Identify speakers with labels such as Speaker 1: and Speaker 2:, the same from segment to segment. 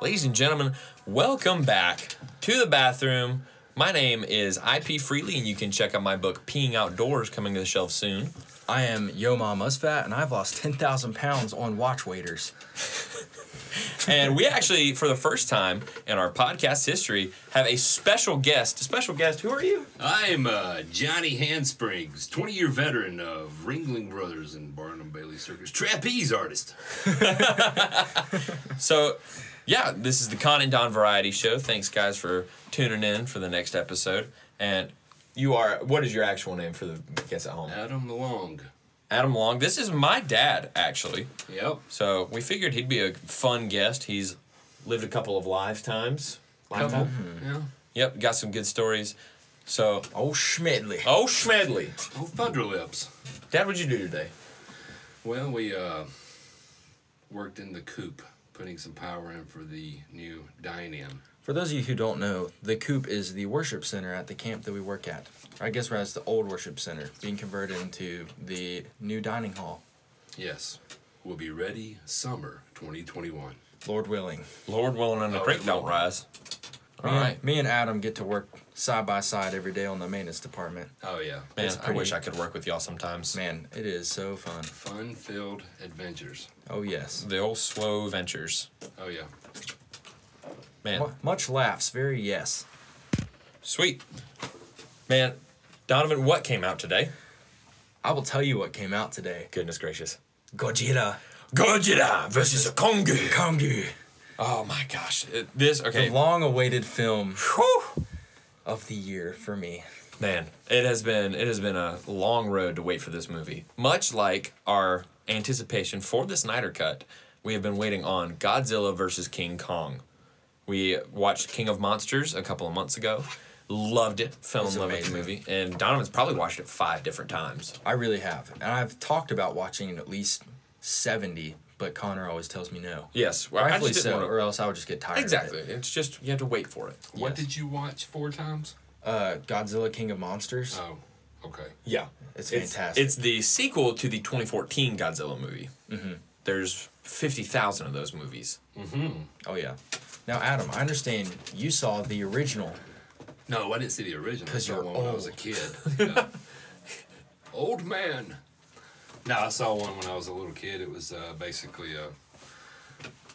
Speaker 1: ladies and gentlemen, welcome back to the bathroom. My name is IP Freely, and you can check out my book Peeing Outdoors coming to the shelf soon.
Speaker 2: I am Yo Ma Musfat, and I've lost 10,000 pounds on watch waiters.
Speaker 1: And we actually, for the first time in our podcast history, have a special guest. A special guest, who are you?
Speaker 3: I'm uh, Johnny Handsprings, 20 year veteran of Ringling Brothers and Barnum Bailey Circus, trapeze artist.
Speaker 1: So, yeah, this is the Con and Don Variety Show. Thanks, guys, for tuning in for the next episode. And you are, what is your actual name for the guests at home?
Speaker 3: Adam Long.
Speaker 1: Adam Long. This is my dad, actually.
Speaker 3: Yep.
Speaker 1: So we figured he'd be a fun guest. He's lived a couple of lifetimes.
Speaker 3: Couple. Yeah.
Speaker 1: Yep, got some good stories. So,
Speaker 2: Oh, Schmidley.
Speaker 1: oh, Schmedley.
Speaker 3: Oh, Thunderlips.
Speaker 1: Dad, what'd you do today?
Speaker 3: Well, we uh, worked in the coop, putting some power in for the new dine in.
Speaker 2: For those of you who don't know, the Coop is the worship center at the camp that we work at. Or I guess rather it's the old worship center being converted into the new dining hall.
Speaker 3: Yes. We'll be ready summer 2021.
Speaker 2: Lord willing.
Speaker 1: Lord willing and the
Speaker 3: Oh,
Speaker 1: creek don't
Speaker 3: Lord.
Speaker 1: rise. All
Speaker 2: me, and-
Speaker 1: right.
Speaker 2: me and Adam get to work side by side every day on the maintenance department.
Speaker 3: Oh, yeah.
Speaker 1: Man,
Speaker 2: It's
Speaker 1: I wish I
Speaker 2: pretty-
Speaker 1: could work with y'all sometimes.
Speaker 2: Man, it is so fun.
Speaker 3: Fun filled adventures.
Speaker 2: Oh, yes.
Speaker 1: The old slow ventures.
Speaker 3: Oh, yeah.
Speaker 1: Man,
Speaker 2: Mu- Much laughs, very yes.
Speaker 1: sweet. Man, Donovan, what came out today?
Speaker 2: I will tell you what came out today
Speaker 1: Goodness gracious.
Speaker 2: Gojira.
Speaker 1: Godzilla versus a Kongu.
Speaker 2: Kongu.
Speaker 1: Oh my gosh. It- this, okay.
Speaker 2: The long awaited film
Speaker 1: Whew.
Speaker 2: of the year for me.
Speaker 1: Man, it has been it has been a long road to wait for this movie. Much like our anticipation for the Snyder cut, we have been waiting on Godzilla versus King Kong. We watched King of Monsters a couple of months ago. Loved it. Fell
Speaker 2: It's
Speaker 1: in love with the
Speaker 2: amazing.
Speaker 1: movie. And Donovan's probably watched it five different times.
Speaker 2: I really have. And I've talked about watching at least 70, but Connor always tells me no.
Speaker 1: Yes, well, I
Speaker 2: Rightfully
Speaker 1: just didn't
Speaker 2: so,
Speaker 1: wanna-
Speaker 2: or else I would just get tired.
Speaker 1: Exactly.
Speaker 2: Of it.
Speaker 1: It's just you have to wait for it.
Speaker 3: What
Speaker 2: Yes.
Speaker 3: did you watch four times?
Speaker 2: Uh, Godzilla King of Monsters.
Speaker 3: Oh, okay.
Speaker 1: Yeah,
Speaker 2: It's
Speaker 1: It's,
Speaker 2: fantastic.
Speaker 1: it's the sequel to the 2014 Godzilla movie. Mm-hmm. There's 50,000 of those movies.
Speaker 2: oh, yeah. Now, Adam, I understand you saw the original.
Speaker 3: No, I didn't see the original.
Speaker 2: 'Cause
Speaker 3: I saw
Speaker 2: you're
Speaker 3: one when I was a
Speaker 2: old.
Speaker 3: kid. Yeah. old man. No, I saw one when I was a little kid. It was uh, basically a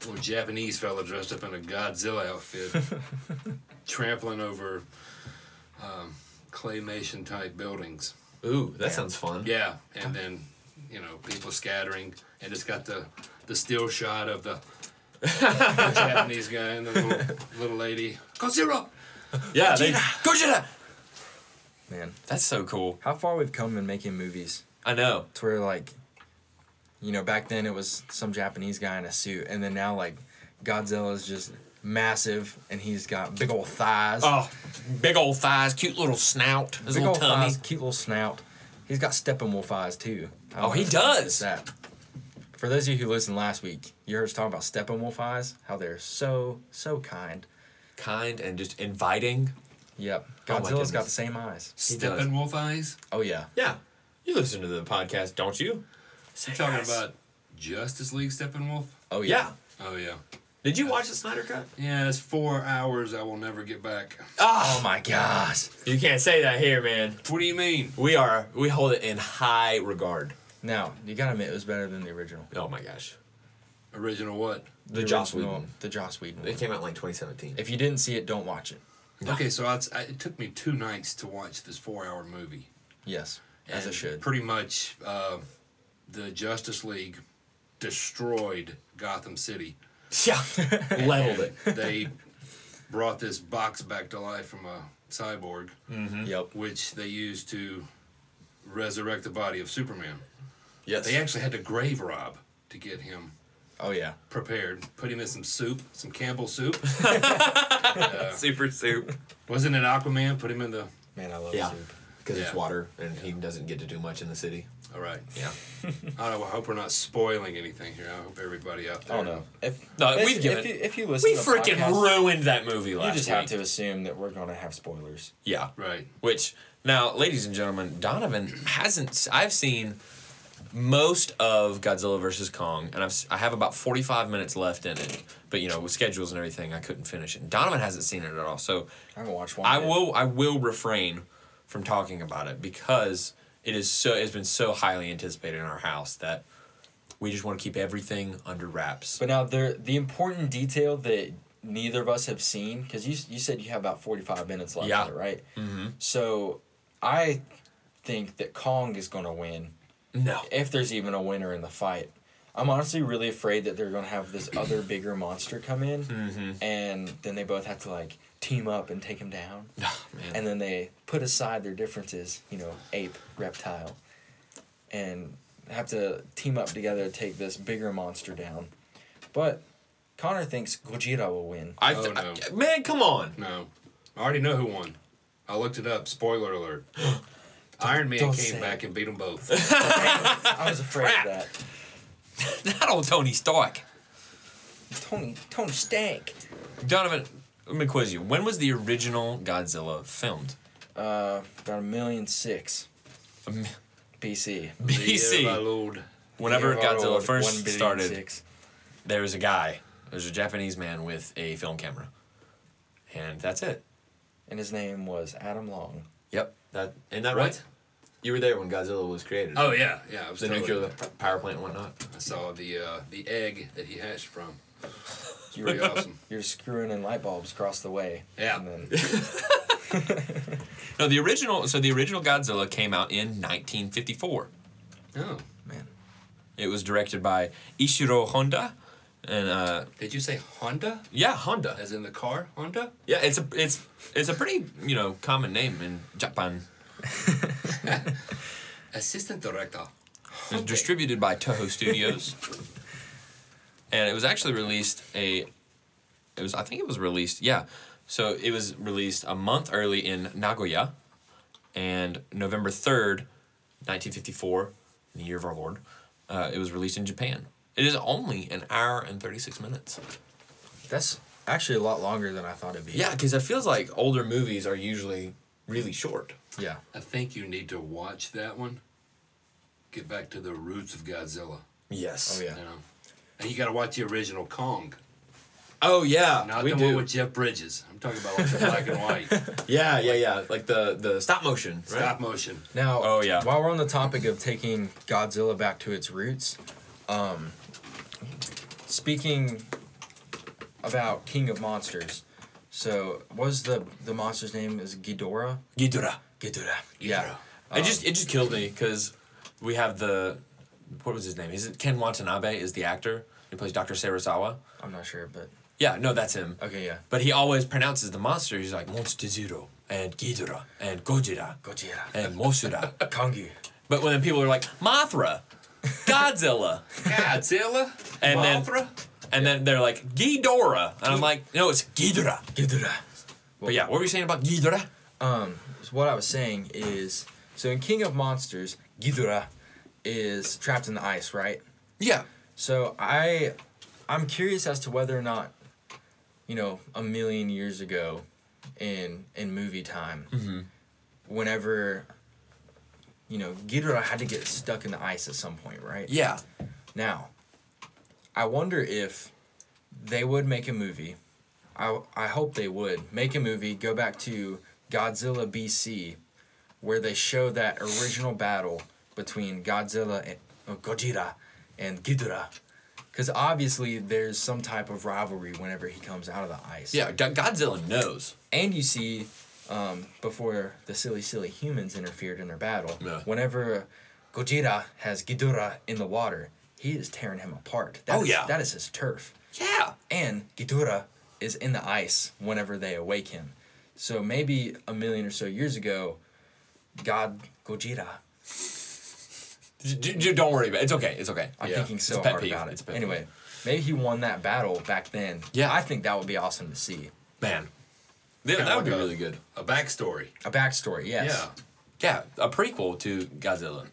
Speaker 3: little Japanese fella dressed up in a Godzilla outfit, trampling over um, claymation type buildings.
Speaker 1: Ooh, that sounds fun.
Speaker 3: Yeah, and then you know people scattering, and it's got the the still shot of the, the Japanese guy and the little little lady. Godzilla.
Speaker 1: Yeah, they, Gojira.
Speaker 2: Man,
Speaker 1: That's so cool.
Speaker 2: how far we've come in making movies
Speaker 1: I know.
Speaker 2: to where, like, you know, back then it was some Japanese guy in a suit, and then now, like, Godzilla's just massive, and he's got big old thighs.
Speaker 1: Oh, big old thighs, cute little snout, his
Speaker 2: Big
Speaker 1: little
Speaker 2: old
Speaker 1: tummy.
Speaker 2: thighs, cute little snout. He's got Steppenwolf eyes too. I don't
Speaker 1: Oh, he
Speaker 2: know if
Speaker 1: does.
Speaker 2: you noticed That. For those of you who listened last week, you heard us talking about Steppenwolf eyes, how they're so so kind.
Speaker 1: Kind and just inviting.
Speaker 2: Yep,
Speaker 1: Oh, my
Speaker 2: Godzilla's got
Speaker 1: goodness.
Speaker 2: the same eyes.
Speaker 1: He does.
Speaker 3: Steppenwolf eyes.
Speaker 2: Oh yeah,
Speaker 1: Yeah, you listen to the podcast, don't you?
Speaker 3: You talking about Justice League Steppenwolf?
Speaker 2: oh yeah.
Speaker 1: Yeah.
Speaker 3: Oh yeah.
Speaker 1: Did you watch the Snyder Cut?
Speaker 3: Yeah, it's four hours I will never get back.
Speaker 2: Oh my gosh.
Speaker 1: Ah, You can't say that here, man.
Speaker 3: What do you mean?
Speaker 1: We are we hold it in high regard.
Speaker 2: Now you gotta admit it was better than the original.
Speaker 1: Oh my gosh.
Speaker 3: Original what?
Speaker 1: The, Joss
Speaker 2: Joss
Speaker 1: Whedon.
Speaker 2: The Joss Whedon.
Speaker 1: It
Speaker 2: One.
Speaker 1: came out in like 2017.
Speaker 2: If you didn't see it, don't watch it.
Speaker 3: Okay, so I, I- it took me two nights to watch this four-hour movie.
Speaker 2: Yes, as it
Speaker 3: And
Speaker 2: should.
Speaker 3: Pretty much, uh, the Justice League destroyed Gotham City.
Speaker 1: Yeah. Leveled it.
Speaker 3: They brought this box back to life from a cyborg,
Speaker 2: Mm. Yep.
Speaker 3: which they used to resurrect the body of Superman.
Speaker 1: Yes.
Speaker 3: They actually had to grave rob to get him
Speaker 2: Oh yeah.
Speaker 3: prepared. Put him in some soup, some Campbell soup.
Speaker 1: Super soup.
Speaker 3: Wasn't it Aquaman? Put him in the.
Speaker 2: Man, I love
Speaker 1: Yeah.
Speaker 2: soup.
Speaker 1: Because it's
Speaker 3: Yeah.
Speaker 1: water and he doesn't get to do much in the city.
Speaker 3: All right.
Speaker 1: Yeah.
Speaker 3: I, don't know, I hope we're not spoiling anything here. I hope everybody out there.
Speaker 2: I don't know. If
Speaker 1: No,
Speaker 2: if,
Speaker 1: we've
Speaker 2: if,
Speaker 1: given it-
Speaker 2: you, if you listen,
Speaker 1: We
Speaker 2: to the
Speaker 1: freaking
Speaker 2: podcast,
Speaker 1: ruined that movie
Speaker 2: You
Speaker 1: last
Speaker 2: just have
Speaker 1: week.
Speaker 2: to assume that we're gonna have spoilers.
Speaker 1: Yeah.
Speaker 3: Right.
Speaker 1: Which now, ladies and gentlemen, Donovan hasn't. I've seen most of Godzilla vs Kong, and I've s- I have about forty five minutes left in it. But you know, with schedules and everything, I couldn't finish it. And Donovan hasn't seen it at all, so
Speaker 2: I haven't watched one.
Speaker 1: I
Speaker 2: yet.
Speaker 1: will I will refrain from talking about it because it is so it's been so highly anticipated in our house that we just want to keep everything under wraps.
Speaker 2: But now there, the important detail that neither of us have seen, because you s- you said you have about forty five minutes left,
Speaker 1: Yeah.
Speaker 2: of it, right? Mm-hmm. So, I think that Kong is going to win
Speaker 1: No.
Speaker 2: if there's even a winner in the fight. I'm honestly really afraid that they're going to have this other bigger monster come in,
Speaker 1: Mm-hmm.
Speaker 2: and then they both have to like team up and take him down,
Speaker 1: Oh, man.
Speaker 2: and then they put aside their differences, you know, ape, reptile, and have to team up together to take this bigger monster down. But Connor thinks Gojira will win.
Speaker 1: I,
Speaker 3: Oh,
Speaker 1: th-
Speaker 3: no.
Speaker 1: I- man, come on.
Speaker 3: No. I already know who won. I looked it up. Spoiler alert. Iron Man
Speaker 2: don't say
Speaker 3: came back
Speaker 2: it.
Speaker 3: and beat them both.
Speaker 2: I was afraid of that.
Speaker 1: Not old Tony Stark.
Speaker 2: Tony, Tony Stank.
Speaker 1: Donovan, let me quiz you. When was the original Godzilla filmed?
Speaker 2: Uh, about a million six
Speaker 1: Um,
Speaker 2: BC.
Speaker 1: BC.
Speaker 3: Yeah, my lord.
Speaker 1: Whenever
Speaker 2: Yeah,
Speaker 1: Godzilla
Speaker 2: about
Speaker 1: first
Speaker 2: one billion
Speaker 1: started,
Speaker 2: six.
Speaker 1: there was a guy. There was a Japanese man with a film camera, and that's it.
Speaker 2: and his name was Adam Long.
Speaker 1: Yep. That isn't that
Speaker 3: What?
Speaker 1: right? You were there when Godzilla was created.
Speaker 3: Oh yeah, yeah. I was
Speaker 1: the
Speaker 3: totally-
Speaker 1: nuclear p- power plant and whatnot.
Speaker 3: I saw the uh, the egg that he hatched from. It's
Speaker 2: You
Speaker 3: pretty
Speaker 2: were,
Speaker 3: awesome.
Speaker 2: you're screwing in light bulbs across the way.
Speaker 3: Yeah.
Speaker 2: And then,
Speaker 1: No, the original. So the original Godzilla came out in 1954.
Speaker 3: Oh,
Speaker 2: man,
Speaker 1: It was directed by Ishiro Honda, and uh,
Speaker 3: did you say Honda?
Speaker 1: yeah, Honda.
Speaker 3: As in the car Honda?
Speaker 1: Yeah, it's a it's it's a pretty you know common name in Japan.
Speaker 3: Assistant director.
Speaker 1: It was distributed by Toho Studios, and it was actually released a. It was I think it was released yeah, so it was released a month early in Nagoya, and November third, nineteen fifty four, the year of our Lord, uh, it was released in Japan. It is only an hour and thirty six minutes.
Speaker 2: that's actually a lot longer than I thought it'd be.
Speaker 1: Yeah, because it feels like older movies are usually really short.
Speaker 2: Yeah.
Speaker 3: I think you need to watch that one. Get back to the roots of Godzilla.
Speaker 1: Yes.
Speaker 2: Oh yeah.
Speaker 3: You know, and you got to watch the original Kong,
Speaker 1: Oh yeah.
Speaker 3: not
Speaker 1: we
Speaker 3: the
Speaker 1: do.
Speaker 3: one with Jeff Bridges. I'm talking about like the black and white,
Speaker 1: Yeah, yeah, yeah. Like the the stop motion. Right?
Speaker 3: stop motion.
Speaker 2: Now,
Speaker 1: Oh, yeah.
Speaker 2: While we're on the topic of taking Godzilla back to its roots, um, speaking about King of Monsters, so what was the the monster's name? Is it Ghidorah?
Speaker 1: Ghidorah. Ghidorah.
Speaker 2: Yeah.
Speaker 1: It just it just killed me because we have the what was his name? Is it Ken Watanabe? Is the actor who plays Doctor Sarasawa?
Speaker 2: I'm not sure, but
Speaker 1: Yeah, no, that's him.
Speaker 2: okay, yeah.
Speaker 1: But he always pronounces the monster. He's like Monster Zero and Ghidorah and Gojira
Speaker 2: Gojira.
Speaker 1: and Moshura.
Speaker 2: Kongu.
Speaker 1: but when people are like Mothra, Godzilla,
Speaker 3: Godzilla.
Speaker 1: And then-
Speaker 3: Mothra?
Speaker 1: and then they're like Ghidorah, and I'm like, no, it's Ghidorah.
Speaker 2: Ghidorah.
Speaker 1: But yeah, what were you saying about Ghidorah?
Speaker 2: Um, so what I was saying is, so in King of Monsters, Ghidorah is trapped in the ice, right?
Speaker 1: Yeah.
Speaker 2: So I, I'm curious as to whether or not, you know, a million years ago, in in movie time, whenever, you know, Ghidorah had to get stuck in the ice at some point, right?
Speaker 1: Yeah.
Speaker 2: Now, I wonder if they would make a movie. I, I hope they would make a movie, go back to Godzilla BC, where they show that original battle between Godzilla and oh, Gojira and Ghidorah. Because obviously there's some type of rivalry whenever he comes out of the ice.
Speaker 1: Yeah. Go- Godzilla knows.
Speaker 2: And you see, um, before the silly, silly humans interfered in their battle,
Speaker 1: Yeah.
Speaker 2: whenever Gojira has Ghidorah in the water, he is tearing him apart. That
Speaker 1: Oh,
Speaker 2: is-
Speaker 1: yeah.
Speaker 2: That is his turf.
Speaker 1: Yeah.
Speaker 2: And Ghidorah is in the ice whenever they awake him. So maybe a million or so years ago, God Gojira.
Speaker 1: J- j- j- don't worry about it. It's okay. It's okay.
Speaker 2: I'm
Speaker 1: Yeah.
Speaker 2: thinking
Speaker 1: It's
Speaker 2: so
Speaker 1: a pet
Speaker 2: hard
Speaker 1: peeve.
Speaker 2: about it.
Speaker 1: It's a pet
Speaker 2: anyway, maybe he won that battle back then.
Speaker 1: Yeah.
Speaker 2: I think that would be awesome to see.
Speaker 1: peeve. man, Th-
Speaker 3: Kinda
Speaker 1: that would be
Speaker 3: like a-
Speaker 1: really good.
Speaker 3: A backstory.
Speaker 2: A backstory, yes.
Speaker 3: Yeah.
Speaker 1: Yeah, a prequel to Godzilla.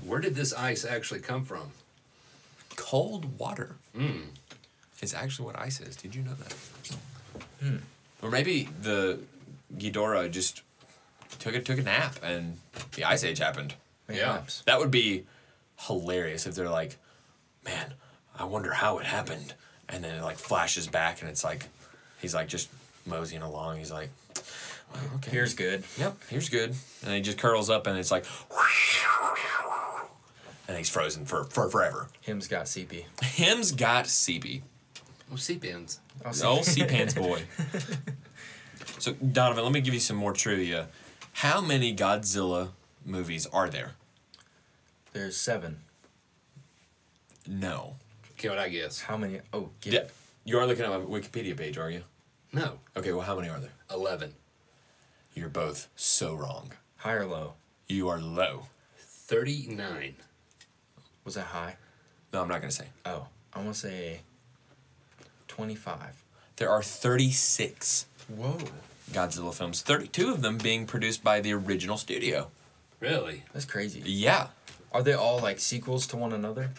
Speaker 3: Where did this ice actually come from?
Speaker 1: Cold water. Mm. Is actually what ice is. Did you know that? Hmm. Or maybe the Ghidorah just took a took a nap and the ice age happened.
Speaker 2: Man,
Speaker 3: Yeah.
Speaker 2: perhaps.
Speaker 1: That would be hilarious if they're like, man, I wonder how it happened. And then it like flashes back and it's like, he's like just moseying along. He's like, well, okay.
Speaker 2: Here's good.
Speaker 1: yep, here's good. And he just curls up and it's like, and he's frozen for, for forever.
Speaker 2: Him's got CP.
Speaker 1: Him's got CB.
Speaker 3: Oh, sea pins.
Speaker 2: Oh,
Speaker 1: Oh, sea pants boy. So Donovan, let me give you some more trivia. How many Godzilla movies are there?
Speaker 2: There's seven.
Speaker 1: No.
Speaker 3: Okay, what I guess.
Speaker 2: How many? Oh, get
Speaker 1: Yeah. You are looking at my Wikipedia page, are you?
Speaker 3: No,
Speaker 1: Okay, well, how many are there?
Speaker 3: eleven.
Speaker 1: You're both so wrong.
Speaker 2: high or low?
Speaker 1: You are low.
Speaker 3: Thirty-nine.
Speaker 2: Was that high?
Speaker 1: No, I'm not going to say.
Speaker 2: Oh, I'm gonna say twenty-five.
Speaker 1: There are 36
Speaker 2: Whoa,
Speaker 1: Godzilla films, 32 of them being produced by the original studio.
Speaker 3: Really?
Speaker 2: that's crazy.
Speaker 1: Yeah.
Speaker 2: Are they all like sequels to one another?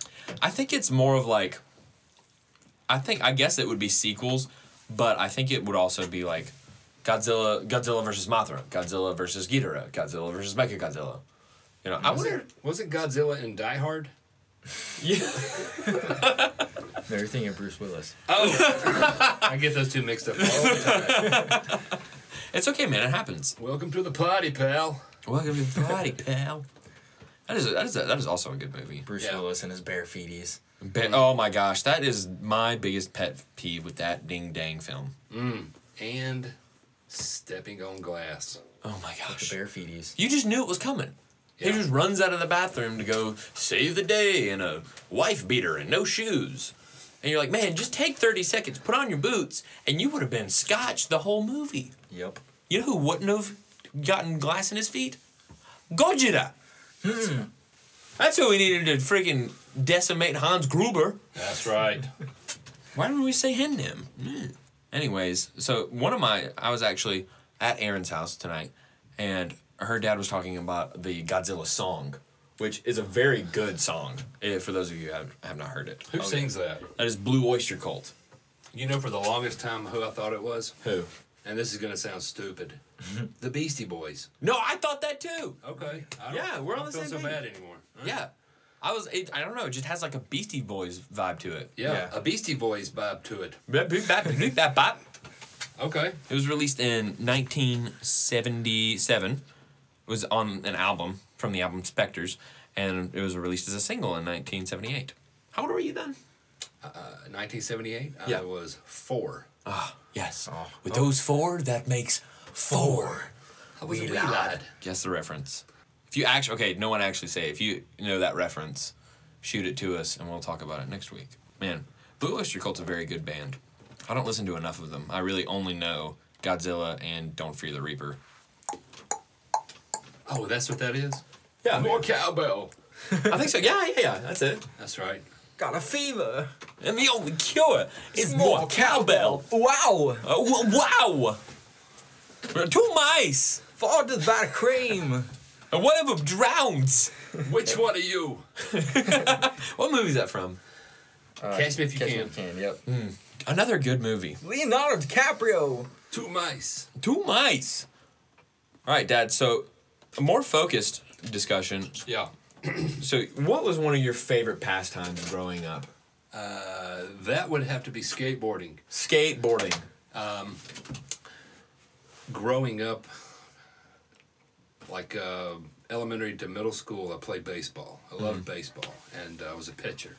Speaker 1: I think it's more of like, I think, I guess it would be sequels, but I think it would also be like Godzilla, Godzilla versus Mothra, Godzilla versus Ghidorah, Godzilla versus Mechagodzilla. You know, I
Speaker 3: Was
Speaker 1: wonder.
Speaker 3: it, was it Godzilla and Die Hard?
Speaker 1: Yeah.
Speaker 2: No, you're thinking of Bruce Willis.
Speaker 3: Oh, I get those two mixed up all the time.
Speaker 1: It's okay, man. It happens.
Speaker 3: Welcome to the party, pal.
Speaker 1: Welcome to the party, pal. That is that is that is also a good movie.
Speaker 2: Bruce
Speaker 3: Yeah.
Speaker 2: Willis and his bare feeties.
Speaker 1: Ba- oh my gosh, that is my biggest pet peeve with that ding dang film.
Speaker 3: And stepping on glass.
Speaker 1: Oh my
Speaker 2: The
Speaker 1: gosh,
Speaker 2: bare feeties.
Speaker 1: you just knew it was coming.
Speaker 3: Yeah.
Speaker 1: He just runs out of the bathroom to go save the day in a wife beater and no shoes. And you're like, man, just take 30 seconds, put on your boots, and you would have been scotch the whole movie.
Speaker 2: Yep.
Speaker 1: You know who wouldn't have gotten glass in his feet? Gojira.
Speaker 3: Hmm.
Speaker 1: That's who we needed to freaking decimate Hans Gruber.
Speaker 3: That's right.
Speaker 1: Why didn't we say hen him? Mm. Anyways, so one of my I was actually at Erin's house tonight, and her dad was talking about the Godzilla song, which is a very good song. eh, For those of you who have, have not heard it,
Speaker 3: Who sings that?
Speaker 1: that is Blue Oyster Cult.
Speaker 3: You know, for the longest time, who Mm-hmm. I thought it was,
Speaker 1: Who?
Speaker 3: and this is gonna sound stupid, the Beastie Boys.
Speaker 1: No, I thought that too.
Speaker 3: Okay. I don't,
Speaker 1: Yeah, we're
Speaker 3: I
Speaker 1: on
Speaker 3: don't
Speaker 1: the
Speaker 3: feel
Speaker 1: same
Speaker 3: so
Speaker 1: page.
Speaker 3: bad anymore. Huh?
Speaker 1: Yeah, I was. It, I don't know. It just has like a Beastie Boys vibe to it.
Speaker 3: yeah.
Speaker 2: Yeah.
Speaker 3: A Beastie Boys vibe to it.
Speaker 1: Bap, boop, bap, boop, bap, bap.
Speaker 3: Okay.
Speaker 1: It was released in 1977. It was on an album from the album Spectres, and it was released as a single in 1978. How old were you then?
Speaker 3: Uh, 1978.
Speaker 1: Yeah.
Speaker 3: I was four.
Speaker 1: Ah, yes.
Speaker 2: Oh.
Speaker 1: With those four, that makes four.
Speaker 3: I was
Speaker 1: We
Speaker 3: a wee
Speaker 1: lied.
Speaker 3: lad.
Speaker 1: Guess the reference. If you actually, okay, no one actually say. If you know that reference, shoot it to us, and we'll talk about it next week. Man, Blue Oyster Cult's a very good band. I don't listen to enough of them. I really only know Godzilla and Don't Fear the Reaper.
Speaker 3: Oh, that's what that is.
Speaker 1: Yeah,
Speaker 3: More cowbell.
Speaker 1: I think so. Yeah, yeah, yeah. That's it.
Speaker 3: That's right.
Speaker 2: Got a fever.
Speaker 1: And the only cure is more cowbell.
Speaker 2: Wow.
Speaker 1: Uh, w- wow! Uh, Two mice!
Speaker 2: Far to that cream.
Speaker 1: And one of them drowns!
Speaker 3: Which one are you?
Speaker 1: What movie is that from?
Speaker 3: Catch me if you
Speaker 2: Catch
Speaker 3: can.
Speaker 2: me if you can. Yep.
Speaker 1: Another good movie.
Speaker 2: Mm. Leonardo DiCaprio.
Speaker 3: Two mice.
Speaker 1: Two mice! Alright, Dad, so a more focused discussion.
Speaker 3: Yeah.
Speaker 1: So, what was one of your favorite pastimes growing up?
Speaker 3: Uh, that would have to be skateboarding.
Speaker 1: Skateboarding.
Speaker 3: Growing up, like uh, elementary to middle school, I played baseball. I loved baseball, and I was a pitcher.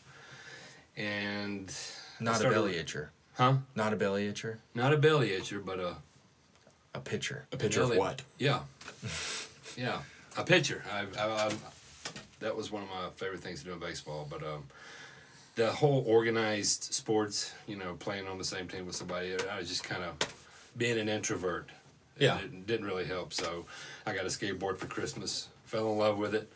Speaker 3: And I
Speaker 2: Not a
Speaker 3: started-
Speaker 2: belly itcher.
Speaker 3: huh?
Speaker 2: Not a belly itcher.
Speaker 3: Not a belly itcher, but a
Speaker 2: A pitcher.
Speaker 1: A picture of
Speaker 3: Really?
Speaker 1: what?
Speaker 3: Yeah. Yeah. A pitcher. I, I, I, that was one of my favorite things to do in baseball. But um, the whole organized sports, you know, playing on the same team with somebody, I was just kind of being an introvert.
Speaker 1: Yeah.
Speaker 3: It didn't, didn't really help. So I got a skateboard for Christmas, fell in love with it.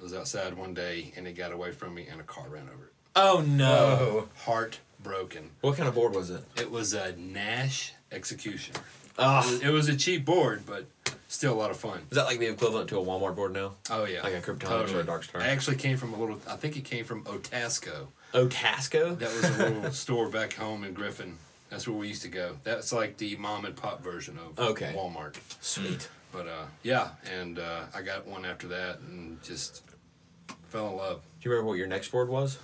Speaker 3: I was outside one day and it got away from me and a car ran over it.
Speaker 1: Oh no!
Speaker 2: Oh.
Speaker 3: Heartbroken.
Speaker 1: What kind of board was it?
Speaker 3: It was a Nash executioner.
Speaker 1: Ah.
Speaker 3: It was a cheap board, but still a lot of fun.
Speaker 1: Is that like the equivalent to a Walmart board now?
Speaker 3: Oh yeah,
Speaker 1: Like a Kryptonic or a dark star.
Speaker 3: I actually came from a little. I think it came from Otasco.
Speaker 1: Otasco?
Speaker 3: That was a little store back home in Griffin. That's where we used to go. That's like the mom and pop version of
Speaker 1: Okay.
Speaker 3: Walmart.
Speaker 1: Sweet.
Speaker 3: But uh, yeah, and uh, I got one after that, and just Fell in love.
Speaker 1: Do you remember what your next word was?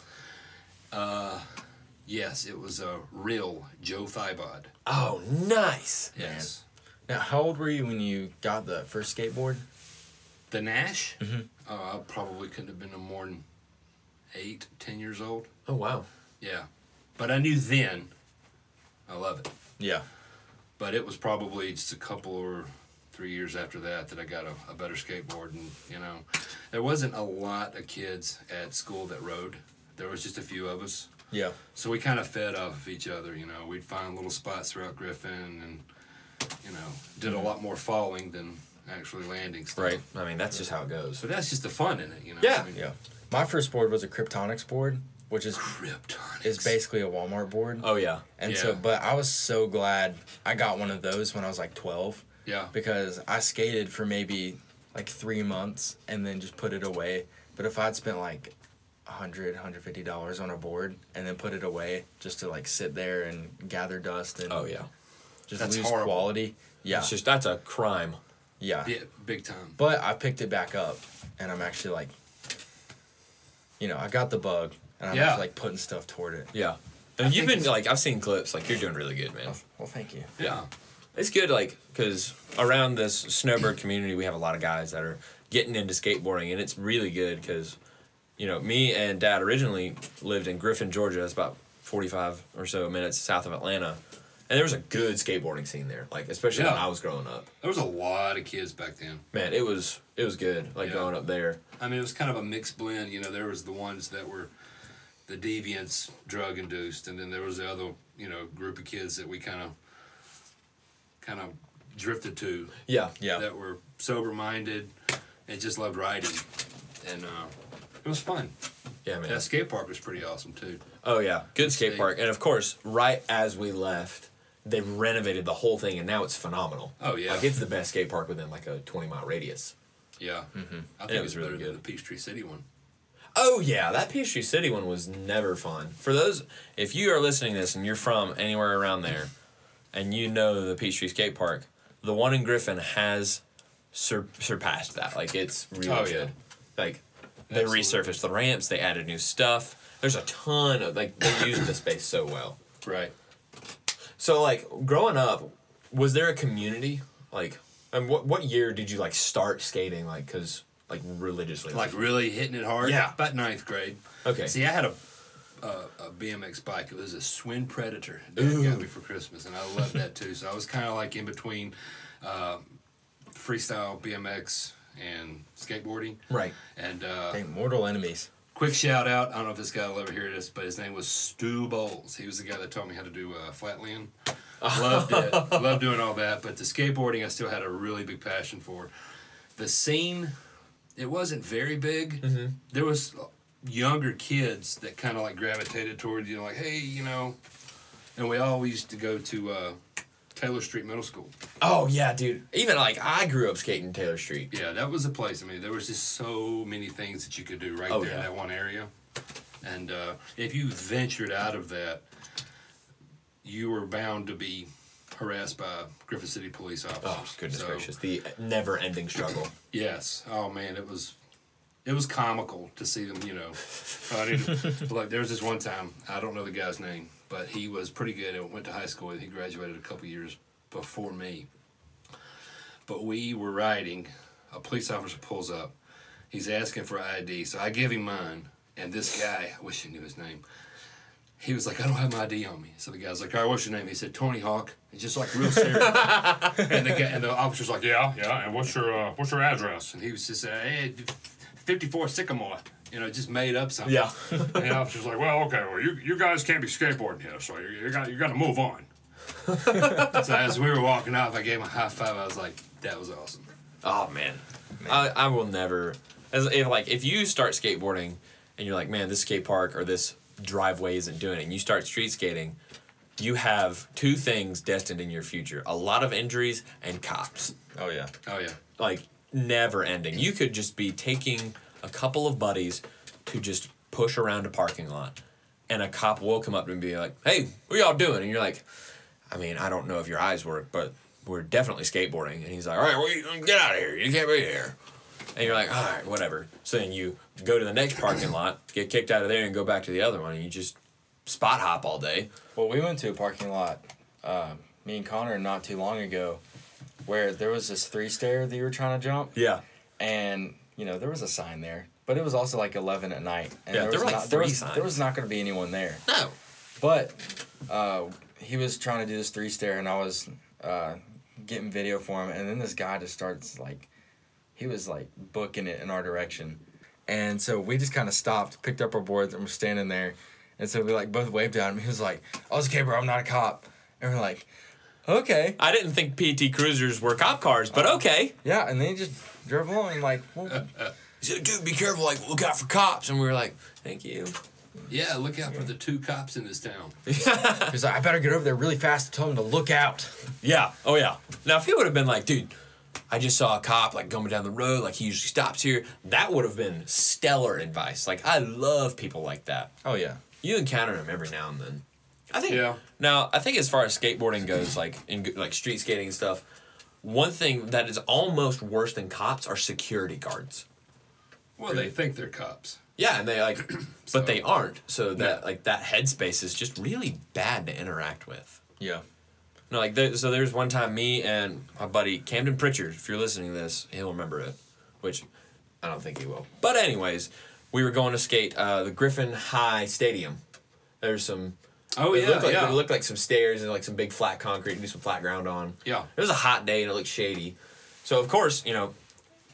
Speaker 3: Yes, it was a real Joe Thibod.
Speaker 1: Oh, nice.
Speaker 3: Yes.
Speaker 2: Now, how old were you when you got the first skateboard?
Speaker 3: The Nash?
Speaker 1: Mm-hmm.
Speaker 3: Uh, I probably couldn't have been no more than eight, ten years old.
Speaker 1: Oh wow.
Speaker 3: Yeah. But I knew then I love it.
Speaker 2: Yeah.
Speaker 3: But it was probably just a couple or three years after that that I got a, a better skateboard. And, you know, there wasn't a lot of kids at school that rode, there was just a few of us.
Speaker 2: Yeah.
Speaker 3: So we kind of fed off of each other, you know. We'd find little spots throughout Griffin and, you know, did a lot more falling than actually landing stuff.
Speaker 1: Mm-hmm. Right. I mean, that's just how it goes.
Speaker 3: So that's just the fun in it, you know.
Speaker 1: Yeah.
Speaker 3: I mean,
Speaker 2: Yeah. My first board was a Kryptonics board, which is
Speaker 3: Kryptonics.
Speaker 2: is basically a Walmart board.
Speaker 1: Oh yeah.
Speaker 2: And so,
Speaker 3: Yeah.
Speaker 2: but I was so glad I got one of those when I was like 12
Speaker 3: Yeah.
Speaker 2: because I skated for maybe like three months and then just put it away. But if I'd spent like 100 $150 on a board and then put it away just to like sit there and gather dust and
Speaker 1: Oh yeah.
Speaker 2: just
Speaker 3: That's
Speaker 2: lose
Speaker 3: horrible.
Speaker 2: quality. Yeah.
Speaker 1: It's just that's a crime.
Speaker 2: yeah.
Speaker 3: Yeah, big time.
Speaker 2: But I picked it back up and I'm actually like, you know, I got the bug and I'm
Speaker 3: Yeah.
Speaker 2: actually like putting stuff toward it.
Speaker 1: Yeah. And you've
Speaker 2: think
Speaker 1: been
Speaker 2: it's-
Speaker 1: like I've seen clips like you're doing really good, man.
Speaker 2: Well, thank you.
Speaker 3: Yeah.
Speaker 1: It's good like cuz around this snowbird community we have a lot of guys that are getting into skateboarding and it's really good cuz you know, me and dad originally lived in Griffin, Georgia. That's about 45 or so minutes south of Atlanta. And there was a good skateboarding scene there, like especially when
Speaker 3: Yeah.
Speaker 1: I was growing up.
Speaker 3: There was a lot of kids back then.
Speaker 1: Man, it was it was good like
Speaker 3: Yeah.
Speaker 1: growing up there.
Speaker 3: I mean, it was kind of a mixed blend. You know, there was the ones that were the deviants, drug induced, and then there was the other, you know, group of kids that we kind of, kind of drifted to
Speaker 1: Yeah.
Speaker 2: Yeah.
Speaker 3: that were sober minded and just loved riding, and uh, it was fun.
Speaker 1: Yeah, man.
Speaker 3: That skate park was pretty awesome too.
Speaker 1: Oh yeah, good skate
Speaker 3: big.
Speaker 1: park. And of course, right as we left, they renovated the whole thing, and now it's phenomenal.
Speaker 3: Oh, yeah.
Speaker 1: like it's the best skate park within like a twenty mile radius.
Speaker 3: Yeah, mm-hmm. I
Speaker 1: It
Speaker 3: think it
Speaker 1: was
Speaker 3: was
Speaker 1: really
Speaker 3: better than
Speaker 1: good.
Speaker 3: the Peachtree City one.
Speaker 1: Oh yeah, that Peachtree City one was never fun. For those, if you are listening to this and you're from anywhere around there, and you know the Peachtree Skate Park, the one in Griffin has sur- surpassed that. Like it's really
Speaker 3: Oh, yeah.
Speaker 1: good. Like they
Speaker 3: Absolutely.
Speaker 1: resurfaced the ramps, they added new stuff. There's a ton of like they used the space so well.
Speaker 3: Right.
Speaker 1: So like growing up, was there a community like? And what what year did you like start skating like cause like religiously?
Speaker 3: like really hitting it hard.
Speaker 1: Yeah.
Speaker 3: about ninth grade.
Speaker 1: Okay.
Speaker 3: See, I had a a, a BMX bike. It was a Swin Predator. Dad got me for Christmas, and I loved that too. So I was kind of like in between uh, freestyle BMX and skateboarding.
Speaker 1: right.
Speaker 3: And uh,
Speaker 2: Hey, mortal enemies.
Speaker 3: quick shout out. I don't know if this guy will ever hear this, but his name was Stu Bowles. He was the guy that taught me how to do uh, flatland. Loved it. Loved doing all that. But the skateboarding, I still had a really big passion for. The scene, it wasn't very big. There was younger kids that kind of like gravitated toward you, like, hey, you know. And we all used to go to uh, Taylor Street Middle School.
Speaker 1: Oh yeah, dude. Even like I grew up skating Taylor Street.
Speaker 3: Yeah, that was a place. I mean, there was just so many things that you could do right
Speaker 1: Oh,
Speaker 3: there
Speaker 1: yeah.
Speaker 3: in that one area. And uh, if you ventured out of that, you were bound to be harassed by Griffin City police officers.
Speaker 1: Oh goodness
Speaker 3: So,
Speaker 1: gracious, the never-ending struggle.
Speaker 3: Yes. Oh man, it was it was comical to see them. You know, I didn't, like there was this one time I don't know the guy's name, but he was pretty good and went to high school and he graduated a couple years before me. But we were riding. A police officer pulls up. He's asking for ID, so I give him mine. And this guy, I wish I knew his name. He was like, I don't have my ID on me. So the guy's like, All right, what's your name? He said, Tony Hawk. And just like real serious. and the guy, and the officer's like, yeah, yeah. And what's your uh, what's your address? And he was just uh, hey, fifty four Sycamore. You know, just made up something.
Speaker 1: Yeah.
Speaker 3: and the officer's like, well, okay, well, you, you guys can't be skateboarding here, so you, you got you got to move on. so as we were walking off, I gave him a high five. I was like, that was awesome.
Speaker 1: Oh man, I, I will never. As if like if you start skateboarding and you're like, man, this skate park or this driveway isn't doing it, and you start street skating, you have two things destined in your future: a lot of injuries and cops.
Speaker 2: Oh yeah.
Speaker 3: Oh yeah,
Speaker 1: like never ending. You could just be taking a couple of buddies to just push around a parking lot, and a cop will come up and be like, "Hey, what y'all doing?" And you're like, "I mean, I don't know if your eyes work, but we're definitely skateboarding." And he's like, "All right, well, you- get out of here. You can't be here." and you're like, all right, whatever. So then you go to the next parking lot, get kicked out of there, and go back to the other one, and you just spot hop all day.
Speaker 2: Well, we went to a parking lot, uh, me and Connor, not too long ago, where there was this three stair that you were trying to jump,
Speaker 1: Yeah.
Speaker 2: and you know there was a sign there, but it was also like eleven at night, and
Speaker 1: Yeah, there
Speaker 2: there, was
Speaker 1: were, like,
Speaker 2: not, there
Speaker 1: three
Speaker 2: was there
Speaker 1: signs.
Speaker 2: was not going to be anyone there.
Speaker 1: No.
Speaker 2: But uh, he was trying to do this three stair, and I was uh, getting video for him, and then this guy just starts like, he was like booking it in our direction, and so we just kind of stopped, picked up our boards, and we're standing there, and so we like both waved at him. He was like, "Oh, it's okay, bro. I'm not a cop," and we're like, "Okay,
Speaker 1: I didn't think PT Cruisers were cop cars, but okay.
Speaker 2: yeah," and then he just drove along, and like, well,
Speaker 1: He said, dude, be careful, like, look out for cops. And we were like, thank you.
Speaker 3: Yeah, look out for the two cops in this town.
Speaker 2: he was like, "I better get over there really fast to tell him to look out."
Speaker 1: Yeah. Oh, yeah. Now, if he would have been like, dude, I just saw a cop like coming down the road, like he usually stops here, that would have been stellar advice. Like, I love people like that.
Speaker 2: Oh yeah,
Speaker 1: You encounter them every now and then. I think.
Speaker 3: Yeah.
Speaker 1: Now, I think as far as skateboarding goes, like in like street skating and stuff, one thing that is almost worse than cops are security guards.
Speaker 3: Well, they think they're cops.
Speaker 1: Yeah, and they like,
Speaker 3: So-
Speaker 1: but they aren't. So that like that headspace is just really bad to interact with.
Speaker 2: yeah.
Speaker 1: No, like there, so. There's one time me and my buddy Camden Pritchard. If you're listening to this, he'll remember it, which I don't think he will. But anyways, we were going to skate uh, the Griffin High Stadium. There's some.
Speaker 3: Oh
Speaker 1: it
Speaker 3: yeah,
Speaker 1: looked like,
Speaker 3: yeah.
Speaker 1: It looked like some stairs and like some big flat concrete and do some flat ground on.
Speaker 3: Yeah.
Speaker 1: It was a hot day and it looked shady. So of course, you know,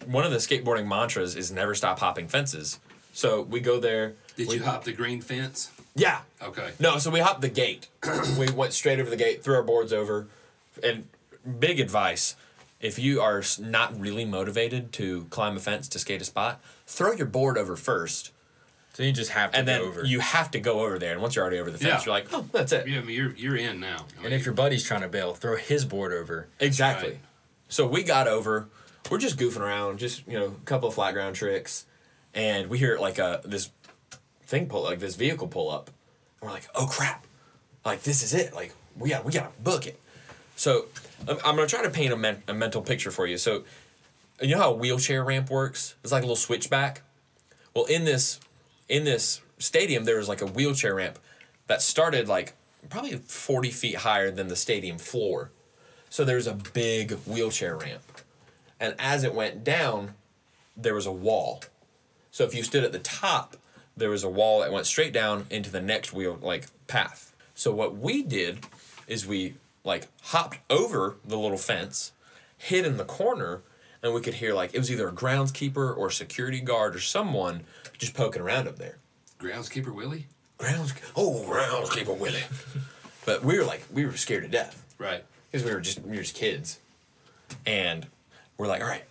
Speaker 1: one of the skateboarding mantras is never stop hopping fences. So we go there.
Speaker 3: Did
Speaker 1: we,
Speaker 3: you hop the green fence?
Speaker 1: Yeah.
Speaker 3: Okay.
Speaker 1: No, so we hopped the gate. we went straight over the gate, threw our boards over. And big advice if you are s- not really motivated to climb a fence to skate a spot, throw your board over first.
Speaker 2: So you just have to
Speaker 1: And
Speaker 2: go
Speaker 1: then
Speaker 2: over.
Speaker 1: you have to go over there. And once you're already over the fence,
Speaker 3: Yeah.
Speaker 1: you're like, oh, that's it.
Speaker 3: Yeah, I mean, you're you're in now. I
Speaker 2: and
Speaker 3: mean,
Speaker 2: if your buddy's trying to bail, throw his board over.
Speaker 1: Exactly.
Speaker 3: Right.
Speaker 1: So we got over. We're just goofing around, just you know, a couple of flat ground tricks, and we hear like a this thing pull, like this vehicle pull up, and we're like, oh crap, like this is it, like we got we got to book it. So I'm, I'm gonna try to paint a, men- a mental picture for you. So you know how a wheelchair ramp works? It's like a little switchback. Well, in this in this stadium, there was like a wheelchair ramp that started like probably 40 feet higher than the stadium floor. So there was a big wheelchair ramp. And as it went down, there was a wall. So if you stood at the top, there was a wall that went straight down into the next wheel like path. So what we did is we like hopped over the little fence, hid in the corner, and we could hear like it was either a groundskeeper or a security guard or someone just poking around up there.
Speaker 3: groundskeeper Willie.
Speaker 1: Grounds oh groundskeeper Willie. but we were like we were scared to death
Speaker 3: Right.
Speaker 1: because we were just we were just kids, and we're like, all right,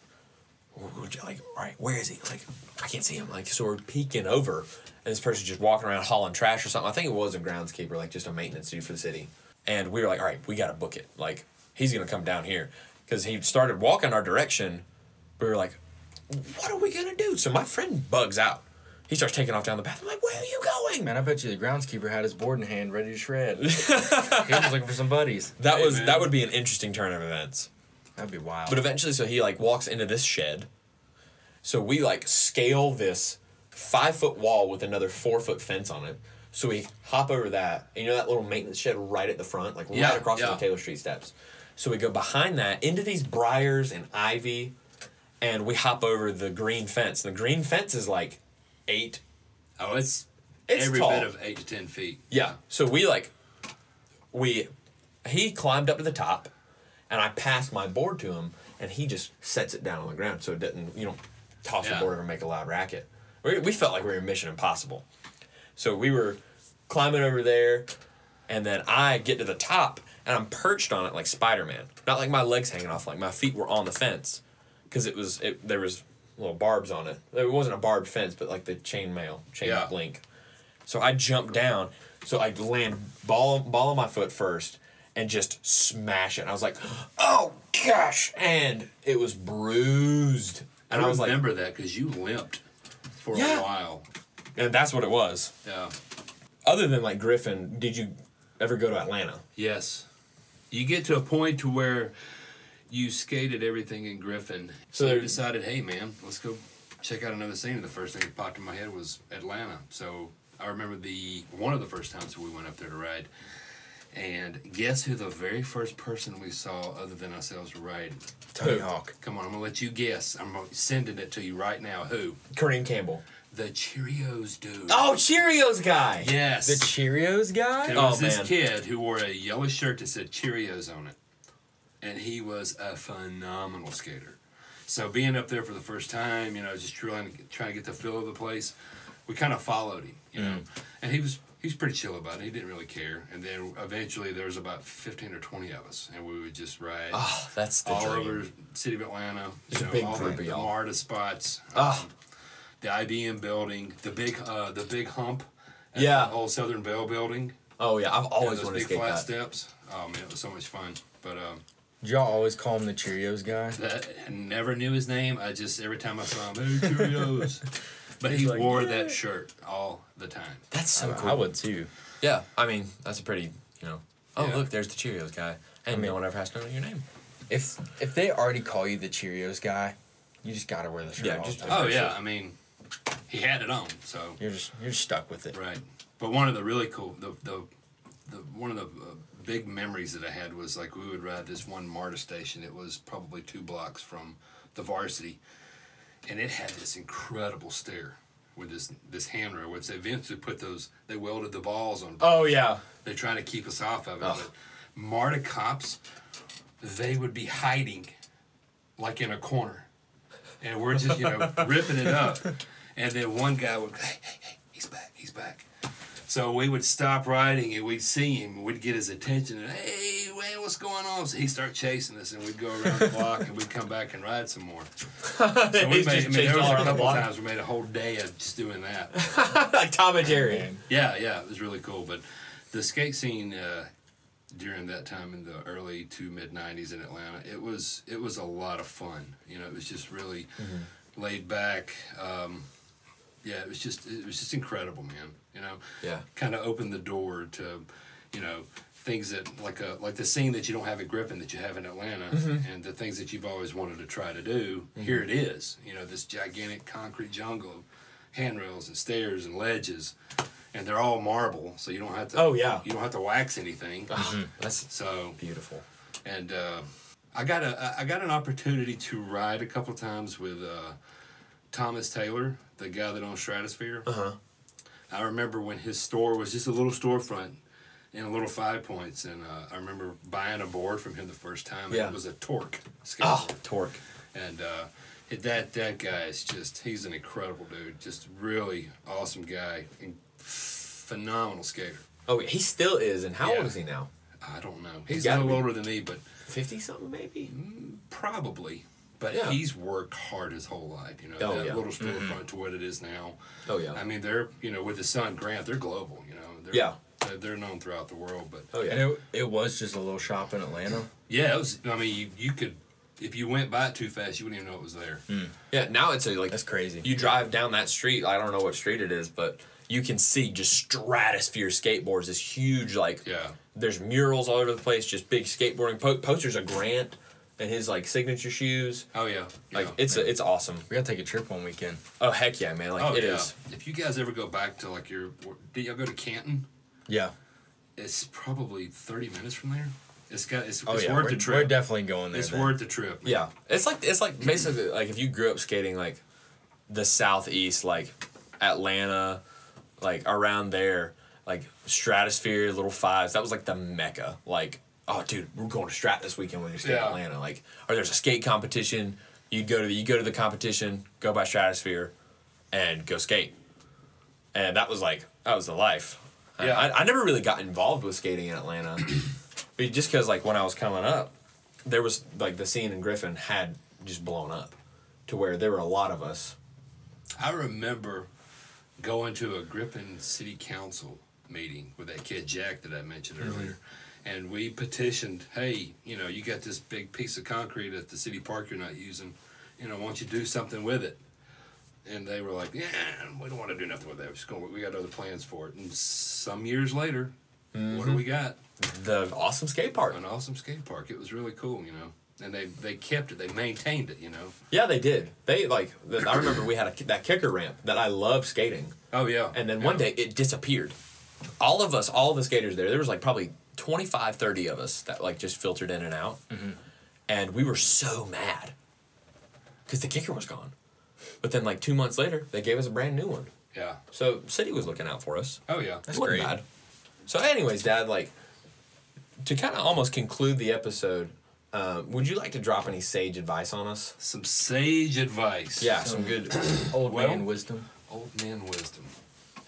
Speaker 1: we're- we're just like, all right, where is he? Like, I can't see him. Like, so we're peeking over, and this person's just walking around hauling trash or something. I think it was a groundskeeper, like just a maintenance dude for the city. And we were like, all right, we gotta book it. Like, he's gonna come down here because he started walking our direction. We were like, what are we gonna do? So my friend bugs out. He starts taking off down the path. I'm like, where are you going?
Speaker 2: Man, I bet you the groundskeeper had his board in hand, ready to shred. he was looking for some buddies.
Speaker 1: That
Speaker 3: Hey,
Speaker 1: was
Speaker 3: man.
Speaker 1: that would be an interesting turn of events.
Speaker 2: That'd be wild.
Speaker 1: But eventually, so he like walks into this shed. So we like scale this five foot wall with another four foot fence on it. So we hop over that, and you know that little maintenance shed right at the front, like
Speaker 3: Yeah,
Speaker 1: right across
Speaker 3: yeah.
Speaker 1: from the Taylor Street steps. So we go behind that into these briars and ivy, and we hop over the green fence. And the green fence is like eight.
Speaker 3: Oh, it's,
Speaker 1: It's
Speaker 3: every
Speaker 1: tall.
Speaker 3: bit of eight to ten feet.
Speaker 1: Yeah. So we like, we, he climbed up to the top, and I passed my board to him, and he just sets it down on the ground so it doesn't you know toss
Speaker 3: Yeah.
Speaker 1: the board or make a loud racket. We, we felt like we were in Mission Impossible. So we were climbing over there, and then I get to the top and I'm perched on it like Spider Man. Not like my legs hanging off, like my feet were on the fence, because it was it there was little barbs on it. It wasn't a barbed fence, but like the chain mail, chain
Speaker 3: Yeah.
Speaker 1: link. So I jump down, so I land ball ball of my foot first and just smash it. And I was like, oh gosh, and it was bruised. And I, was like,
Speaker 3: remember that because you limped for
Speaker 1: Yeah.
Speaker 3: a while.
Speaker 1: and that's what it was.
Speaker 3: Yeah.
Speaker 1: Other than like Griffin, did you ever go to Atlanta?
Speaker 3: Yes. You get to a point to where you skated everything in Griffin.
Speaker 1: So
Speaker 3: So you
Speaker 1: there-
Speaker 3: decided, hey man, let's go check out another scene. And the first thing that popped in my head was Atlanta. So I remember the one of the first times we went up there to ride. And guess who the very first person we saw other than ourselves ride?
Speaker 2: Tony
Speaker 3: uh,
Speaker 2: Hawk.
Speaker 3: Come on, I'm gonna let you guess. I'm sending it to you right now. Who?
Speaker 1: Kareem Campbell.
Speaker 3: The Cheerios dude.
Speaker 1: Oh, Cheerios guy.
Speaker 3: yes.
Speaker 2: The Cheerios guy?
Speaker 3: And it
Speaker 1: Oh,
Speaker 3: was this
Speaker 1: man.
Speaker 3: kid who wore a yellow shirt that said Cheerios on it. And he was a phenomenal skater. So being up there for the first time, you know, just trying to, trying to get the feel of the place, we kind of followed him, you
Speaker 1: Mm.
Speaker 3: know. And he was he was pretty chill about it. He didn't really care. And then eventually there was about 15 or 20 of us and we would just ride
Speaker 1: Oh, that's the
Speaker 3: all
Speaker 1: dream.
Speaker 3: over city of Atlanta,
Speaker 1: Just
Speaker 3: you
Speaker 1: a
Speaker 3: know,
Speaker 1: big
Speaker 3: all
Speaker 1: group
Speaker 3: the,
Speaker 1: of
Speaker 3: the
Speaker 1: y'all.
Speaker 3: MARTA spots,
Speaker 1: Ah.
Speaker 3: um, the IBM building, the big uh, the big hump, at
Speaker 1: Yeah.
Speaker 3: the old Southern Bell building.
Speaker 1: Oh yeah, I've
Speaker 3: Yeah,
Speaker 1: always
Speaker 3: those
Speaker 1: wanted to
Speaker 3: big
Speaker 1: skate
Speaker 3: flat
Speaker 1: that.
Speaker 3: steps. Oh man, it was so much fun. But um,
Speaker 2: Did y'all always call him the Cheerios guy?
Speaker 3: that, I never knew his name. I just every time I saw him, hey Cheerios. but he
Speaker 1: He's like,
Speaker 3: wore that shirt all the time.
Speaker 1: That's so
Speaker 2: I-
Speaker 1: cool.
Speaker 2: I would too.
Speaker 1: Yeah, I mean that's a pretty, you know. Oh
Speaker 3: Yeah.
Speaker 1: look, there's the Cheerios guy, and
Speaker 2: mean-
Speaker 1: no one ever has to know your name.
Speaker 2: If if they already call you the Cheerios guy, you just gotta wear the shirt.
Speaker 1: Yeah,
Speaker 2: all
Speaker 1: just-
Speaker 2: the time.
Speaker 3: Oh yeah, I mean, he had it on. So
Speaker 2: You're just you're stuck with it.
Speaker 3: Right. But one of the really cool, the, the, the one of the uh, big memories that I had was like we would ride this one MARTA station. It was probably two blocks from the varsity, and it had this incredible stair with this this handrail, which they eventually put those. They welded the balls on.
Speaker 1: Oh yeah.
Speaker 3: They're trying to keep us off of it.
Speaker 1: Ugh.
Speaker 3: But MARTA cops, they would be hiding like in a corner. And we're just, you know, ripping it up. And then one guy would, hey, hey, hey, he's back, he's back. So we would stop riding and we'd see him. We'd get his attention and, hey, man, what's going on? So he'd start chasing us and we'd go around the block and we'd come back and ride some more. So we
Speaker 1: He's
Speaker 3: made, I
Speaker 1: just
Speaker 3: mean,
Speaker 1: chased
Speaker 3: there was
Speaker 1: all
Speaker 3: a
Speaker 1: around the
Speaker 3: couple
Speaker 1: block.
Speaker 3: times we made a whole day of just doing that.
Speaker 1: like Tom and Jerry.
Speaker 3: Yeah, yeah, it was really cool. But the skate scene uh, during that time in the early to mid '90s in Atlanta, it was it was a lot of fun. You know, it was just really laid back. Um, yeah, it was just it was just incredible, man. You know,
Speaker 1: Yeah.
Speaker 3: kind of opened the door to, you know. Things that like a like the scene that you don't have at Griffin that you have in Atlanta,
Speaker 1: Mm-hmm.
Speaker 3: and the things that you've always wanted to try to do. Here it is, you know, this gigantic concrete jungle, of handrails and stairs and ledges, and they're all marble, so you don't have to.
Speaker 1: Oh, yeah. Uh-huh.
Speaker 3: You don't have to wax anything.
Speaker 1: Mm, That's
Speaker 3: So
Speaker 1: beautiful.
Speaker 3: and uh, I got a I got an opportunity to ride a couple times with uh, Thomas Taylor, the guy that owns Stratosphere.
Speaker 1: Uh-huh.
Speaker 3: I remember when his store was just a little storefront in a little five points, and uh, I remember buying a board from him the first time. And
Speaker 1: Yeah.
Speaker 3: it was a Torque
Speaker 1: Oh,
Speaker 3: skateboard,
Speaker 1: torque.
Speaker 3: and uh, that that guy is just he's an incredible dude, just really awesome guy, and phenomenal skater.
Speaker 1: Oh, he still is. And how
Speaker 3: Yeah.
Speaker 1: old is he now?
Speaker 3: I don't know. He's a
Speaker 1: gotta
Speaker 3: little
Speaker 1: be.
Speaker 3: older than me, but
Speaker 1: Fifty something maybe.
Speaker 3: Probably, but
Speaker 1: Yeah.
Speaker 3: he's worked hard his whole life. You know,
Speaker 1: Oh,
Speaker 3: that
Speaker 1: yeah.
Speaker 3: little storefront to what it is now.
Speaker 1: Oh yeah.
Speaker 3: I mean, they're you know with his son Grant, they're global. You know, they're,
Speaker 1: Yeah.
Speaker 3: they're, they're known throughout the world. But
Speaker 1: oh yeah.
Speaker 2: And it, it was just a little shop in Atlanta.
Speaker 3: yeah, it was. I mean, you, you could if you went by it too fast, you wouldn't even know it was there.
Speaker 1: Yeah, now it's a, like
Speaker 2: That's crazy.
Speaker 1: You drive down that street. I don't know what street it is, but you can see just stratosphere skateboards. This huge like.
Speaker 3: Yeah.
Speaker 1: There's murals all over the place. Just big skateboarding po- posters of Grant and his like signature shoes.
Speaker 3: Oh yeah,
Speaker 1: Like
Speaker 3: yeah.
Speaker 1: it's it's awesome.
Speaker 2: We gotta take a trip one weekend.
Speaker 1: Oh heck yeah, man!
Speaker 3: oh
Speaker 1: Like it is.
Speaker 3: yeah. If you guys ever go back to like your, did y'all go to Canton?
Speaker 2: Yeah.
Speaker 3: It's probably thirty minutes from there. It's got it's,
Speaker 2: Oh
Speaker 3: it's
Speaker 2: yeah.
Speaker 3: worth the
Speaker 2: We're, we're
Speaker 3: trip.
Speaker 2: definitely going there.
Speaker 3: it's
Speaker 2: then.
Speaker 3: worth the trip. man.
Speaker 1: Yeah, it's like it's like basically like if you grew up skating like the southeast, like Atlanta, like around there, like Stratosphere, Little Fives. That was like the mecca. Like, oh, dude, we're going to Strat this weekend when you're skating
Speaker 3: Yeah.
Speaker 1: Atlanta. Like, or there's a skate competition. You go to the you go to the competition, go by Stratosphere, and go skate. And that was like that was the life.
Speaker 3: Yeah.
Speaker 1: I, I never really got involved with skating in Atlanta, but just because like when I was coming up, there was like the scene in Griffin had just blown up to where there were a lot of us.
Speaker 3: I remember going to a Griffin City Council meeting with that kid Jack that I mentioned earlier. And we petitioned, hey, you know, you got this big piece of concrete at the city park you're not using. You know, why don't you do something with it? And they were like, yeah, we don't want to do nothing with that. We're just going, we got other plans for it. And some years later, what do we got?
Speaker 1: The awesome skate park.
Speaker 3: An awesome skate park. It was really cool, you know. and they they kept it. They maintained it. You know.
Speaker 1: Yeah, they did. They like. th- I remember we had a, that kicker ramp that I love skating,
Speaker 3: Oh yeah.
Speaker 1: and then one
Speaker 3: Yeah.
Speaker 1: day it disappeared. All of us, all the skaters there, there was like probably 25, 30 of us that like just filtered in and out,
Speaker 3: Mm-hmm.
Speaker 1: and we were so mad because the kicker was gone. But then like two months later, they gave us a brand new one.
Speaker 3: Yeah.
Speaker 1: So city was looking out for us.
Speaker 3: Oh yeah.
Speaker 1: It wasn't
Speaker 2: great.
Speaker 1: bad. So, anyways, Dad, like to kind of almost conclude the episode, uh, would you like to drop any sage advice on us?
Speaker 3: Some sage advice.
Speaker 1: Yeah, some good.
Speaker 2: Old
Speaker 3: Well-
Speaker 2: man wisdom.
Speaker 3: Old man wisdom.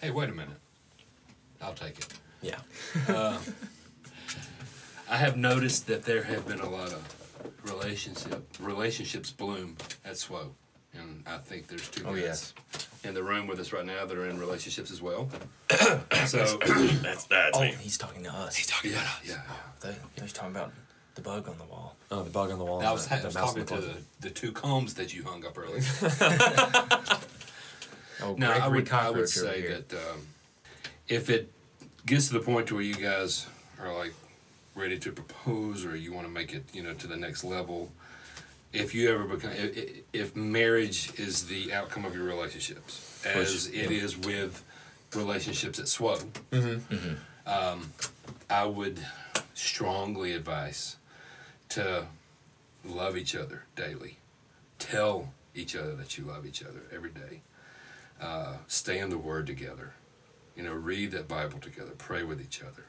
Speaker 3: Hey, wait a minute. I'll take it.
Speaker 1: Yeah.
Speaker 3: I have noticed that there have been a lot of relationship relationships bloom at SWO, and I think there's two
Speaker 2: Oh,
Speaker 3: guys
Speaker 2: yes.
Speaker 3: in the room with us right now that are in relationships as well. so
Speaker 4: That's that's
Speaker 2: Oh,
Speaker 4: me.
Speaker 2: he's talking to us. He's talking.
Speaker 3: yeah, yeah, yeah.
Speaker 2: he's talking about the bug on the wall.
Speaker 1: Oh, the bug on the wall.
Speaker 3: I was,
Speaker 1: the,
Speaker 3: I was
Speaker 1: mouse in
Speaker 3: talking to
Speaker 1: the
Speaker 3: the,
Speaker 1: closet.
Speaker 3: the two combs that you hung up earlier.
Speaker 2: Oh,
Speaker 3: No, I
Speaker 2: Gregory
Speaker 3: would, I would
Speaker 2: Cockroach over
Speaker 3: say
Speaker 2: here.
Speaker 3: that um, if it gets to the point to where you guys are like ready to propose or you want to make it, you know, to the next level, if you ever become, i- i- if marriage is the outcome of your relationships, as it is with relationships at SWO,
Speaker 2: Mm-hmm.
Speaker 3: Um, I would strongly advise to love each other daily. Tell each other that you love each other every day stay in the Word together. You know, read that Bible together, pray with each other.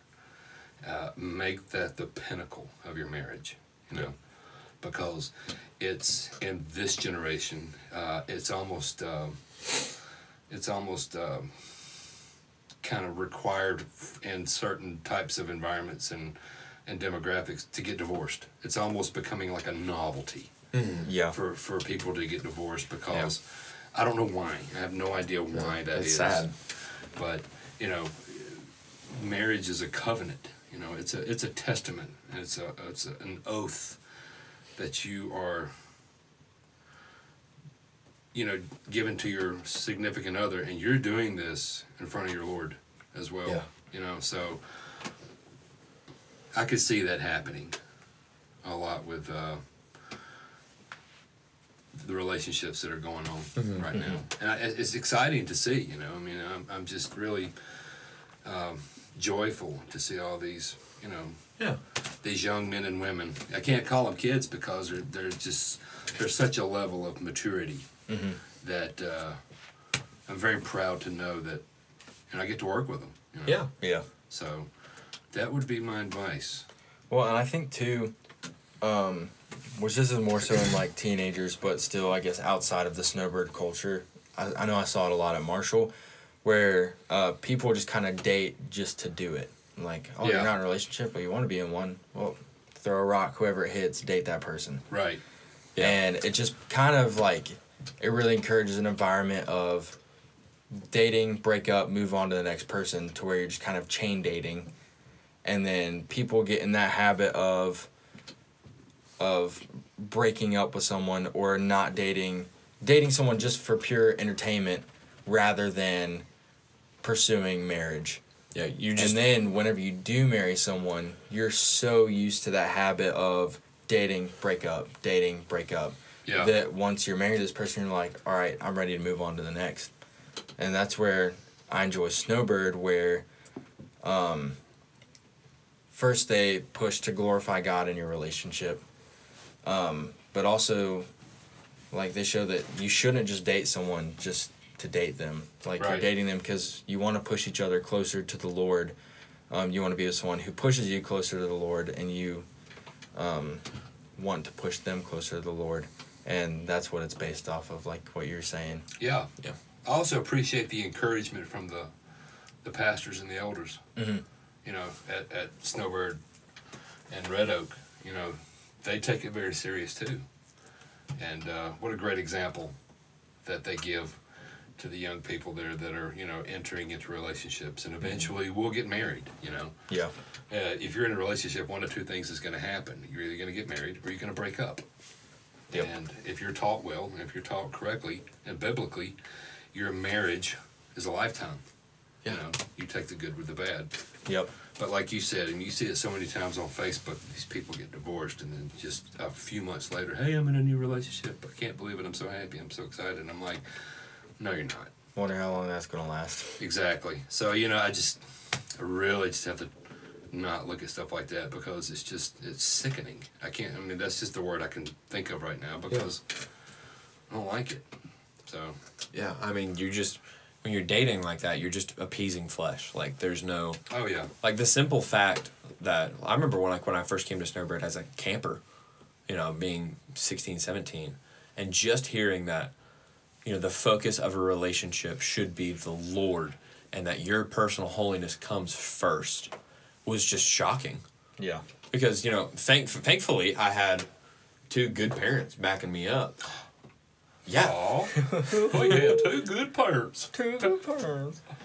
Speaker 3: Uh, make that the pinnacle of your marriage, you know, because it's in this generation, uh, it's almost, um, it's almost um, kind of required in certain types of environments and, and demographics to get divorced. It's almost becoming like a novelty
Speaker 2: yeah.
Speaker 3: for, for people to get divorced because I don't know why. I have no idea why that is.
Speaker 1: It's sad.
Speaker 3: But you know, marriage is a covenant. You know, it's a it's a testament. and It's a it's a, an oath that you are. You know, given to your significant other, and you're doing this in front of your Lord as well.
Speaker 1: Yeah.
Speaker 3: You know, so I could see that happening a lot with. Uh, the relationships that are going on right now, and I, it- it's exciting to see. You know, I mean, I'm, I'm just really um, joyful to see all these, you know,
Speaker 1: Yeah.
Speaker 3: these young men and women. I can't call them kids because they're they're just there's such a level of maturity that uh, I'm very proud to know that, and I get to work with them. You know?
Speaker 1: Yeah.
Speaker 2: Yeah.
Speaker 3: So that would be my advice.
Speaker 2: Well, and I think too, um, which this is more so in like teenagers, but still, I guess outside of the snowbird culture. I, I know I saw it a lot at Marshall, where uh, people just kind of date just to do it. Like, oh,
Speaker 3: Yeah.
Speaker 2: you're not in a relationship, but you want to be in one. Well, throw a rock, whoever it hits, date that person.
Speaker 3: Right.
Speaker 1: Yeah.
Speaker 2: And it just kind of like, it really encourages an environment of dating, break up, move on to the next person to where you're just kind of chain dating. And then people get in that habit of, of breaking up with someone or not dating, dating someone just for pure entertainment rather than pursuing marriage
Speaker 1: Yeah. You just.
Speaker 2: and then whenever you do marry someone, you're so used to that habit of dating, break up, dating, break up.
Speaker 3: Yeah.
Speaker 2: That once you're married to this person, you're like, all right, I'm ready to move on to the next. And that's where I enjoy Snowbird, where um, first they push to glorify God in your relationship, um, but also like they show that you shouldn't just date someone just to date them. Like you're
Speaker 3: Right.
Speaker 2: dating them because you want to push each other closer to the Lord. Um, you want to be with someone who pushes you closer to the Lord, and you um, want to push them closer to the Lord. And that's what it's based off of, like what you're saying.
Speaker 3: Yeah.
Speaker 1: Yeah.
Speaker 3: I also appreciate the encouragement from the the pastors and the elders. You know, at, at Snowbird and Red Oak, you know, they take it very serious too. And uh, what a great example that they give to the young people there that are you know entering into relationships and eventually will get married. You know,
Speaker 2: Yeah.
Speaker 3: uh, if you're in a relationship, one of two things is going to happen: you're either going to get married or you're going to break up.
Speaker 2: Yep.
Speaker 3: And if you're taught well, and if you're taught correctly and biblically, your marriage is a lifetime. You know, you take the good with the bad.
Speaker 2: Yep.
Speaker 3: But like you said, and you see it so many times on Facebook, these people get divorced, and then just a few months later, hey, I'm in a new relationship. I can't believe it. I'm so happy. I'm so excited. And I'm like, no, you're not.
Speaker 2: Wonder how long that's gonna last.
Speaker 3: Exactly. So you know, I just I really just have to not look at stuff like that because it's just it's sickening. I can't. I mean, that's just the word I can think of right now because I don't like it. So
Speaker 1: Yeah, I mean, you just when you're dating like that, you're just appeasing flesh. Like there's no
Speaker 3: oh yeah,
Speaker 1: like the simple fact that I remember when like when I first came to Snowbird as a camper, you know, being 16, 17, and just hearing that, you know, the focus of a relationship should be the Lord and that your personal holiness comes first was just shocking
Speaker 2: Yeah.
Speaker 1: because you know thank- thankfully i had two good parents backing me up yeah
Speaker 3: Aw. oh yeah, two good parents.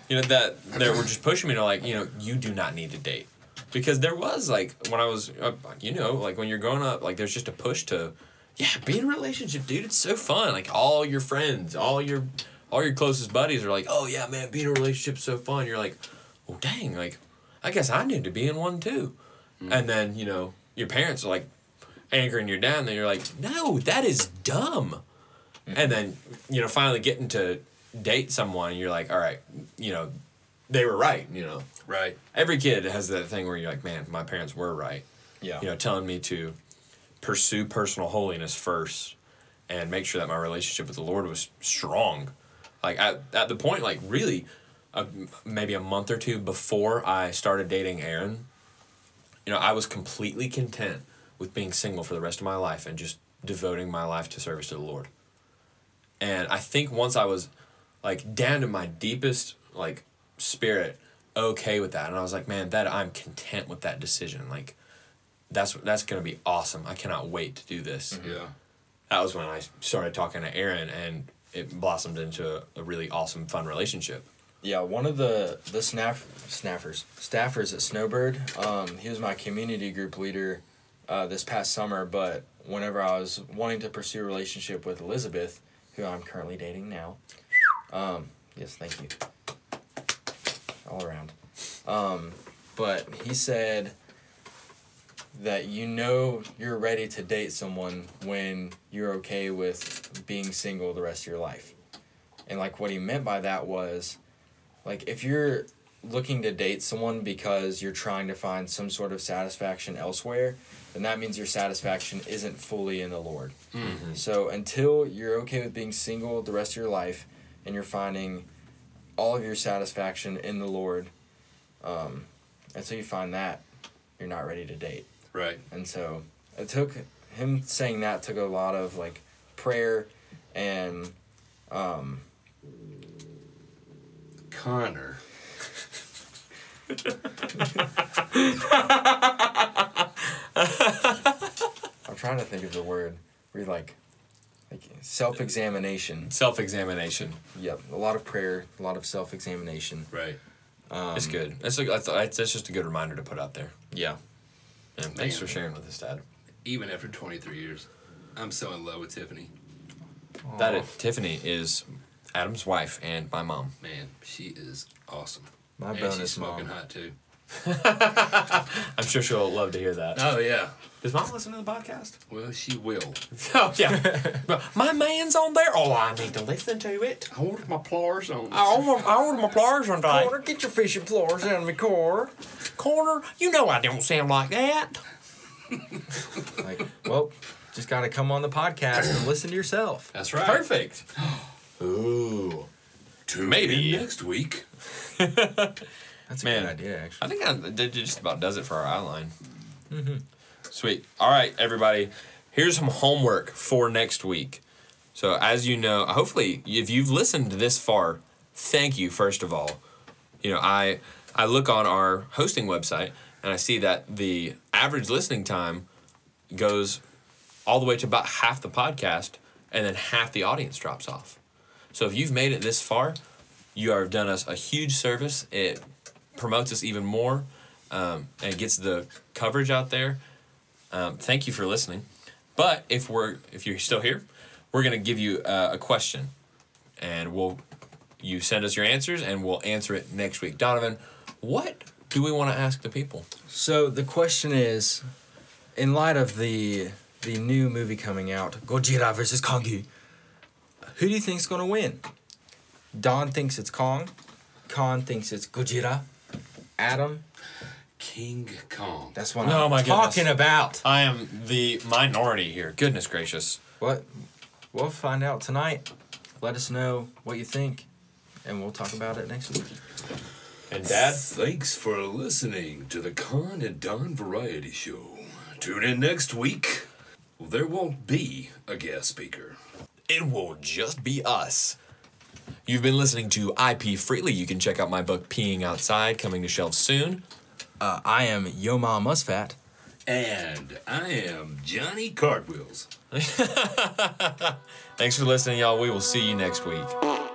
Speaker 1: you know that they were just pushing me to like you know you do not need to date because there was like when i was uh, you know like when you're growing up like there's just a push to yeah be in a relationship dude it's so fun like all your friends all your all your closest buddies are like oh yeah man being in a relationship's so fun you're like well dang like i guess i need to be in one too and then you know your parents are like anchoring you down and you're like no that is dumb and then you know finally getting to date someone you're like all right you know they were right you know
Speaker 3: Right.
Speaker 1: every kid has that thing where you're like man my parents were right
Speaker 2: Yeah.
Speaker 1: you know telling me to pursue personal holiness first and make sure that my relationship with the lord was strong like at, at the point like really uh, m- maybe a month or two before i started dating aaron you know i was completely content with being single for the rest of my life and just devoting my life to service to the lord and I think once I was like down to my deepest like spirit okay with that and I was like man that I'm content with that decision like that's that's going to be awesome I cannot wait to do this
Speaker 3: Yeah.
Speaker 1: that was when I started talking to Aaron and it blossomed into a, a really awesome fun relationship
Speaker 2: Yeah, one of the the snaff snaffers staffers at Snowbird. Um, he was my community group leader uh, this past summer. But whenever I was wanting to pursue a relationship with Elizabeth, who I'm currently dating now, um, yes, thank you, all around. Um, but he said that you know you're ready to date someone when you're okay with being single the rest of your life, and like what he meant by that was like if you're looking to date someone because you're trying to find some sort of satisfaction elsewhere then that means your satisfaction isn't fully in the lord so until you're okay with being single the rest of your life and you're finding all of your satisfaction in the lord um, until you find that you're not ready to date
Speaker 3: Right.
Speaker 2: and so it took him saying that took a lot of like prayer and um,
Speaker 3: Connor.
Speaker 2: I'm trying to think of the word. We like, like self examination.
Speaker 1: self-examination
Speaker 2: Yep, a lot of prayer, a lot of self examination.
Speaker 3: Right.
Speaker 1: it's good that's, a, that's, that's just a good reminder to put out there
Speaker 2: Yeah.
Speaker 1: and thanks
Speaker 3: Man.
Speaker 1: for sharing with us dad
Speaker 3: Even after 23 years, I'm so in love with Tiffany.
Speaker 1: that is, Tiffany is Adam's wife and my mom
Speaker 3: Man, she is awesome.
Speaker 2: My
Speaker 3: and she's
Speaker 2: bonus
Speaker 3: smoking
Speaker 2: mom.
Speaker 3: hot too.
Speaker 1: I'm sure she'll love to hear that
Speaker 3: Oh yeah.
Speaker 1: does mom listen to the podcast
Speaker 3: Well, she will.
Speaker 1: Oh yeah, But my man's on there. Oh, I need to listen to it.
Speaker 3: I ordered my pliers on.
Speaker 1: I ordered, I ordered my pliers on tonight.
Speaker 2: Corner, get your fishing floors out of my car.
Speaker 1: Corner, you know I don't sound like that.
Speaker 2: Like, well, just gotta come on the podcast and listen to yourself.
Speaker 3: That's right.
Speaker 1: Perfect. Ooh.
Speaker 3: Tune
Speaker 1: Maybe.
Speaker 3: in next week.
Speaker 2: That's a
Speaker 1: Man.
Speaker 2: good idea, actually.
Speaker 1: I think I, that just about does it for our outline. Mm-hmm. Sweet. All right, everybody. Here's some homework for next week. So, as you know, hopefully, if you've listened this far, thank you, first of all. You know, I I look on our hosting website and I see that the average listening time goes all the way to about half the podcast, and then half the audience drops off. So if you've made it this far, you have done us a huge service. It promotes us even more um, and it gets the coverage out there. Um, thank you for listening. But if we're if you're still here, we're gonna give you uh, a question, and we'll you send us your answers and we'll answer it next week. Donovan, what do we want to ask the people?
Speaker 2: So the question is, in light of the the new movie coming out, Gojira versus Kongi, who do you think's gonna win? Don thinks it's Kong. Khan thinks it's Gojira. Adam,
Speaker 3: King Kong.
Speaker 2: that's what
Speaker 1: Oh
Speaker 2: I'm
Speaker 1: my goodness.
Speaker 2: talking about.
Speaker 1: I am the minority here. Goodness gracious.
Speaker 2: What? We'll find out tonight. Let us know what you think, and we'll talk about it next week.
Speaker 1: And Dad?
Speaker 3: Thanks for listening to the Con and Don Variety Show. Tune in next week. There won't be a guest speaker.
Speaker 1: it will just be us. You've been listening to IP Freely. You can check out my book, Peeing Outside, coming to shelves soon.
Speaker 2: Uh, I am Yoma Musfat.
Speaker 3: And I am Johnny Cardwills.
Speaker 1: Thanks for listening, y'all. We will see you next week.